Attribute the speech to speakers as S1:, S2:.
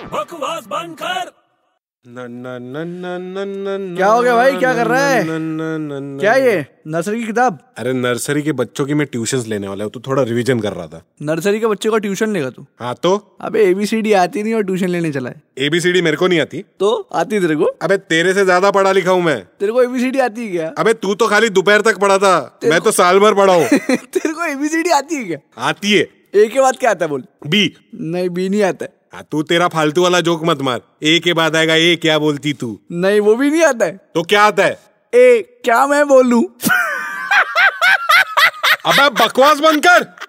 S1: आवाज बंद कर
S2: क्या
S3: क्या हो गया भाई? क्या कर रहा है? क्या ये नर्सरी की किताब
S2: अरे नर्सरी के बच्चों की मैं ट्यूशन लेने वाला हूँ तो थोड़ा रिवीजन कर रहा था
S3: नर्सरी के बच्चे को ट्यूशन लेगा तू
S2: हाँ तो
S3: अबे एबीसीडी आती नहीं और ट्यूशन लेने चला है
S2: एबीसीडी मेरे को नहीं आती
S3: तो आती तेरे को
S2: अबे तेरे से ज्यादा पढ़ा लिखा हूँ मैं
S3: तेरे को एबीसीडी आती है क्या
S2: अबे तू तो खाली दोपहर तक पढ़ा था मैं तो साल भर पढ़ा हूँ
S3: तेरे को एबीसीडी आती है क्या
S2: आती है
S3: ए के बाद क्या आता है बोल
S2: बी
S3: नहीं बी नहीं आता है
S2: हाँ तू तेरा फालतू वाला जोक मत मार ए के बाद आएगा ए क्या बोलती तू
S3: नहीं वो भी नहीं आता है
S2: तो क्या आता है
S3: ए क्या मैं बोलूं
S2: अबे बकवास बंद कर